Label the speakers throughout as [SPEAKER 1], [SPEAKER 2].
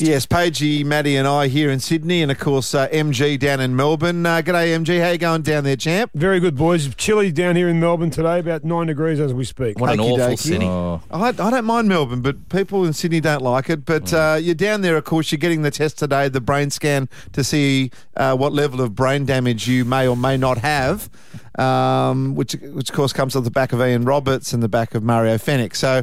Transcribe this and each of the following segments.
[SPEAKER 1] Yes, Pagey, Maddie, and I here in Sydney, and of course uh, MG down in Melbourne. Uh, g'day, MG. How you going down there, champ?
[SPEAKER 2] Very good, boys. Chilly down here in Melbourne today, about nine degrees as we speak.
[SPEAKER 3] What an
[SPEAKER 1] Okey
[SPEAKER 3] awful
[SPEAKER 1] dokey.
[SPEAKER 3] city.
[SPEAKER 1] Oh. I, I don't mind Melbourne, but people in Sydney don't like it. But
[SPEAKER 3] Mm.
[SPEAKER 1] uh, you're down there, of course. You're getting the test today, the brain scan, to see uh, what level of brain damage you may or may not have, um, which, which of course comes off the back of Ian Roberts and the back of Mario Fennick. So,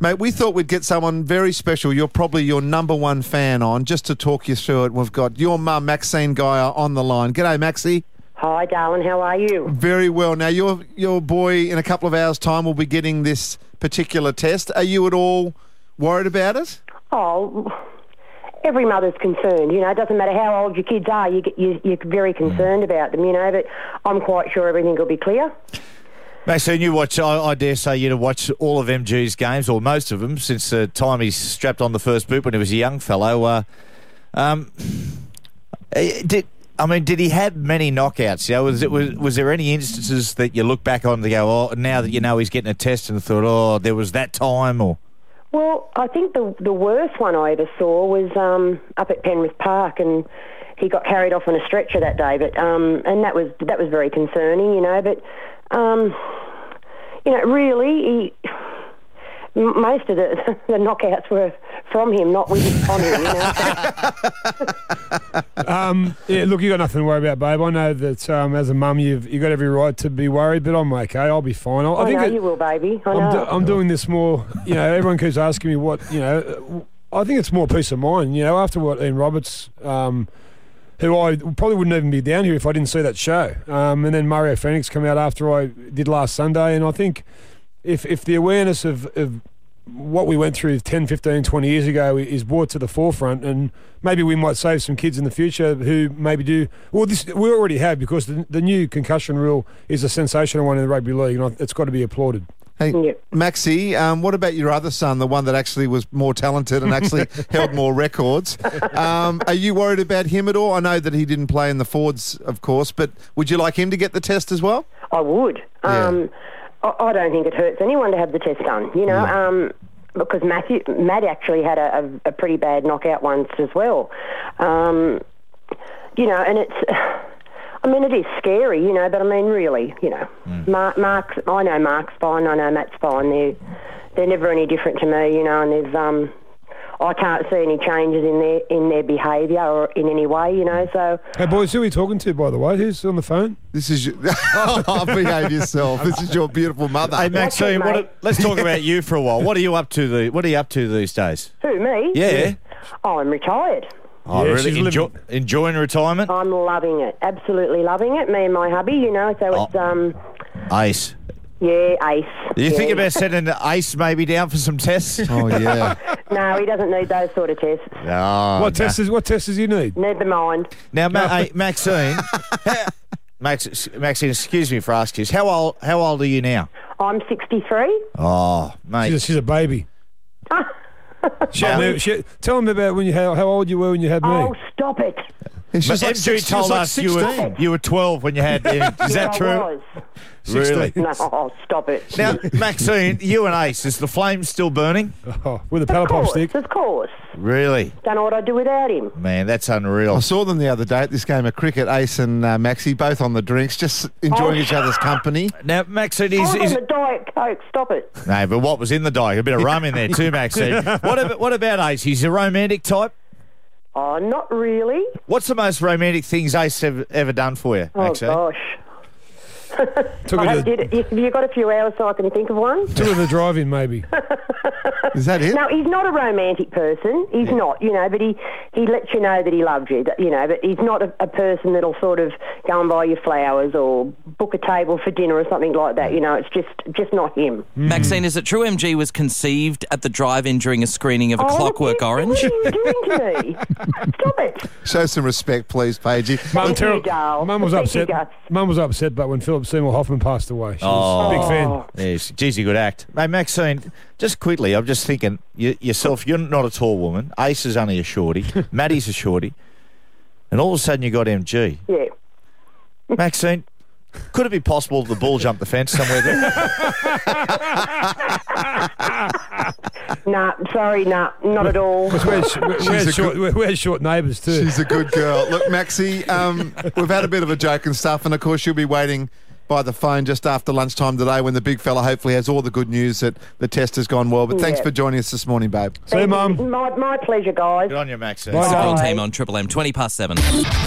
[SPEAKER 1] mate, we thought we'd get someone very special. You're probably your number one fan on just to talk you through it. We've got your mum, Maxine Guy, on the line. G'day, Maxie.
[SPEAKER 4] Hi, darling. How are you?
[SPEAKER 1] Very well. Now, your your boy in a couple of hours' time will be getting this particular test. Are you at all worried about it?
[SPEAKER 4] Oh, every mother's concerned. You know, it doesn't matter how old your kids are. You, get- you you're very concerned about them. You know, but I'm quite sure everything will be clear.
[SPEAKER 3] Maxine, you watch, I, I dare say you to watch all of MG's games, or most of them, since the time he strapped on the first boot when he was a young fellow. Uh, um, eh, did, I mean, did he have many knockouts? You know, was, it, was, was there any instances that you look back on to go, oh, now that you know he's getting a test and thought, oh, there was that time? Or
[SPEAKER 4] Well, I think the the worst one I ever saw was um, up at Penrith Park, and he got carried off on a stretcher that day. But um, and that was that was very concerning, you know. But um, you know, really, he. m- Most of the, the knockouts were from him, not with him, on him. You know?
[SPEAKER 2] Um, yeah, look, you got nothing to worry about, babe. I know that um, as a mum, you've you got every right to be worried, but I'm okay. I'll be fine. I,
[SPEAKER 4] I, know
[SPEAKER 2] that-
[SPEAKER 4] you will, baby. I know.
[SPEAKER 2] I'm, do, I'm doing this more. You know, everyone keeps asking me what you know. uh, w- I think it's more peace of mind. You know, after what Ian Roberts, um, who I probably wouldn't even be down here if I didn't see that show, um, and then Mario Phoenix come out after I did last Sunday, and I think if if the awareness of, of what we went through 10, 15, 20 years ago i- is brought to the forefront, and maybe we might save some kids in the future who maybe do. Well, this we already have because the, the new concussion rule is a sensational one in the rugby league, and I- it's got to be applauded.
[SPEAKER 1] Hey,
[SPEAKER 4] Yeah.
[SPEAKER 1] Maxie, um, what about your other son, the one that actually was more talented and actually held more records? Um, are you worried about him at all? I know that he didn't play in the Fords, of course, but would you like him to get the test as well?
[SPEAKER 4] I would.
[SPEAKER 1] Yeah.
[SPEAKER 4] Um, I, I don't think it hurts anyone to have the test done, you know, um, because Matthew, Matt actually had a, a, a pretty bad knockout once as well. Um, you know, and it's, I mean, it is scary, you know, but I mean, really, you know, Mark, Mark's, I know Mark's fine, I know Matt's fine. They're, they're never any different to me, you know, and there's, um, I can't see any changes in their in their behaviour or in any way, you know. So
[SPEAKER 2] Hey boys, who are we talking to by the way? Who's on the phone?
[SPEAKER 1] This is your, oh, behave yourself. This is your beautiful mother.
[SPEAKER 3] hey,
[SPEAKER 4] it,
[SPEAKER 3] Maxine, what
[SPEAKER 4] mate.
[SPEAKER 3] a- let's talk about you for a while. What are you up to? The, what are you up to these days?
[SPEAKER 4] who me?
[SPEAKER 3] Yeah.
[SPEAKER 4] Oh, I'm retired.
[SPEAKER 3] Oh,
[SPEAKER 2] Yeah,
[SPEAKER 3] really?
[SPEAKER 2] she's living-
[SPEAKER 3] Enjoy, enjoying retirement?
[SPEAKER 4] I'm loving it, absolutely loving it. Me and my hubby, you know. So it's
[SPEAKER 3] Oh.
[SPEAKER 4] um,
[SPEAKER 3] Ace.
[SPEAKER 4] yeah, Ace.
[SPEAKER 3] You
[SPEAKER 4] yeah.
[SPEAKER 3] think about sending Ace maybe down for some tests?
[SPEAKER 1] oh, yeah.
[SPEAKER 4] No, he doesn't need those sort of tests.
[SPEAKER 3] Ah, No,
[SPEAKER 2] What
[SPEAKER 3] no.
[SPEAKER 2] tests? Is, what tests does you need?
[SPEAKER 4] Never mind.
[SPEAKER 3] Now, Ma- hey, Maxine, Max, Maxine, excuse me for asking this. How old? How old are you now?
[SPEAKER 4] I'm 63.
[SPEAKER 3] Oh, mate,
[SPEAKER 2] She's, she's a baby. Tell me- she- tell them about when you how, how old you were when you had me.
[SPEAKER 4] Oh, stop it!
[SPEAKER 1] She's
[SPEAKER 3] But
[SPEAKER 1] like
[SPEAKER 3] MG
[SPEAKER 1] six- she was
[SPEAKER 3] told
[SPEAKER 1] like
[SPEAKER 3] us you were
[SPEAKER 1] 16.
[SPEAKER 3] you were twelve when you had. him. Is
[SPEAKER 4] Yeah,
[SPEAKER 3] that
[SPEAKER 4] I
[SPEAKER 3] true?
[SPEAKER 4] was.
[SPEAKER 3] Really?
[SPEAKER 4] No, oh, stop it.
[SPEAKER 3] Now, Maxine, you and Ace, is the flame still burning?
[SPEAKER 2] Oh, with a paddle
[SPEAKER 4] of
[SPEAKER 2] pop
[SPEAKER 4] course,
[SPEAKER 2] stick.
[SPEAKER 4] of course.
[SPEAKER 3] Really,
[SPEAKER 4] Don't know what I'd do without him.
[SPEAKER 3] man, that's
[SPEAKER 1] I
[SPEAKER 3] unreal.
[SPEAKER 1] saw them the other day at this game of cricket. Ace and uh, Maxie both on the drinks, just enjoying
[SPEAKER 4] Oh.
[SPEAKER 1] each other's company.
[SPEAKER 3] Now, Maxine, is,
[SPEAKER 4] I'm
[SPEAKER 3] is
[SPEAKER 4] on the diet coke. Stop it.
[SPEAKER 3] no, but what was in the diet? A bit of rum in there too, Maxine. What about what about Ace? He's a romantic type.
[SPEAKER 4] Oh, not really.
[SPEAKER 3] What's the most romantic things Ace have ever done for you,
[SPEAKER 4] Oh
[SPEAKER 3] Maxine?
[SPEAKER 4] gosh.
[SPEAKER 2] Took
[SPEAKER 4] I
[SPEAKER 2] her, to
[SPEAKER 4] hope
[SPEAKER 2] the,
[SPEAKER 4] you, have you got a few hours so I can think of one?
[SPEAKER 2] took her to the drive-in, maybe.
[SPEAKER 1] Is that it?
[SPEAKER 4] No, he's not a romantic person. He's not, you know, but he, he lets you know that he loves you, that, you know, but he's not a, a person that'll sort of go and buy you flowers or book a table for dinner or something like that, you know. It's just just not him.
[SPEAKER 5] Mm. Maxine, is it true MG was conceived at the drive-in during a screening of A
[SPEAKER 4] Oh,
[SPEAKER 5] Clockwork
[SPEAKER 4] what are you-
[SPEAKER 5] Orange?
[SPEAKER 4] What are you doing to me? Stop it.
[SPEAKER 1] Show some respect, please, Paigey.
[SPEAKER 2] Mum,
[SPEAKER 4] Thank you,
[SPEAKER 2] terri-
[SPEAKER 4] Dale.
[SPEAKER 2] Mum was
[SPEAKER 4] Thank
[SPEAKER 2] upset.
[SPEAKER 4] you, Gus.
[SPEAKER 2] Mum was upset, but when Philip Seymour Hoffman passed away, she was a big
[SPEAKER 4] Oh.
[SPEAKER 2] fan.
[SPEAKER 3] Yes, geez, a good act. Hey, Maxine, just quickly, I'm just thinking you, yourself. You're not a tall woman. Ace is only a shorty. Maddie's a shorty, and all of a sudden you got MG.
[SPEAKER 4] Yeah.
[SPEAKER 3] Maxine, Could it be possible the ball jumped the fence somewhere there?
[SPEAKER 4] Nah, sorry, nah, not at all.
[SPEAKER 2] We're, sh- we're,
[SPEAKER 1] She's a
[SPEAKER 2] we're, short, we're, we're short neighbours too.
[SPEAKER 1] She's a good girl. Look, Maxie, um, we've had a bit of a joke and stuff, and of course you'll be waiting by the phone just after lunchtime today when the big fella hopefully has all the good news that the test has gone well. But thanks
[SPEAKER 4] Yeah.
[SPEAKER 1] for joining us this morning, babe.
[SPEAKER 2] See you,
[SPEAKER 4] Thank you.
[SPEAKER 2] Mum.
[SPEAKER 4] My, my pleasure, guys.
[SPEAKER 3] Good on you, Max.
[SPEAKER 2] Bye,
[SPEAKER 5] Football
[SPEAKER 2] darling.
[SPEAKER 5] team on Triple M, 20 past 7.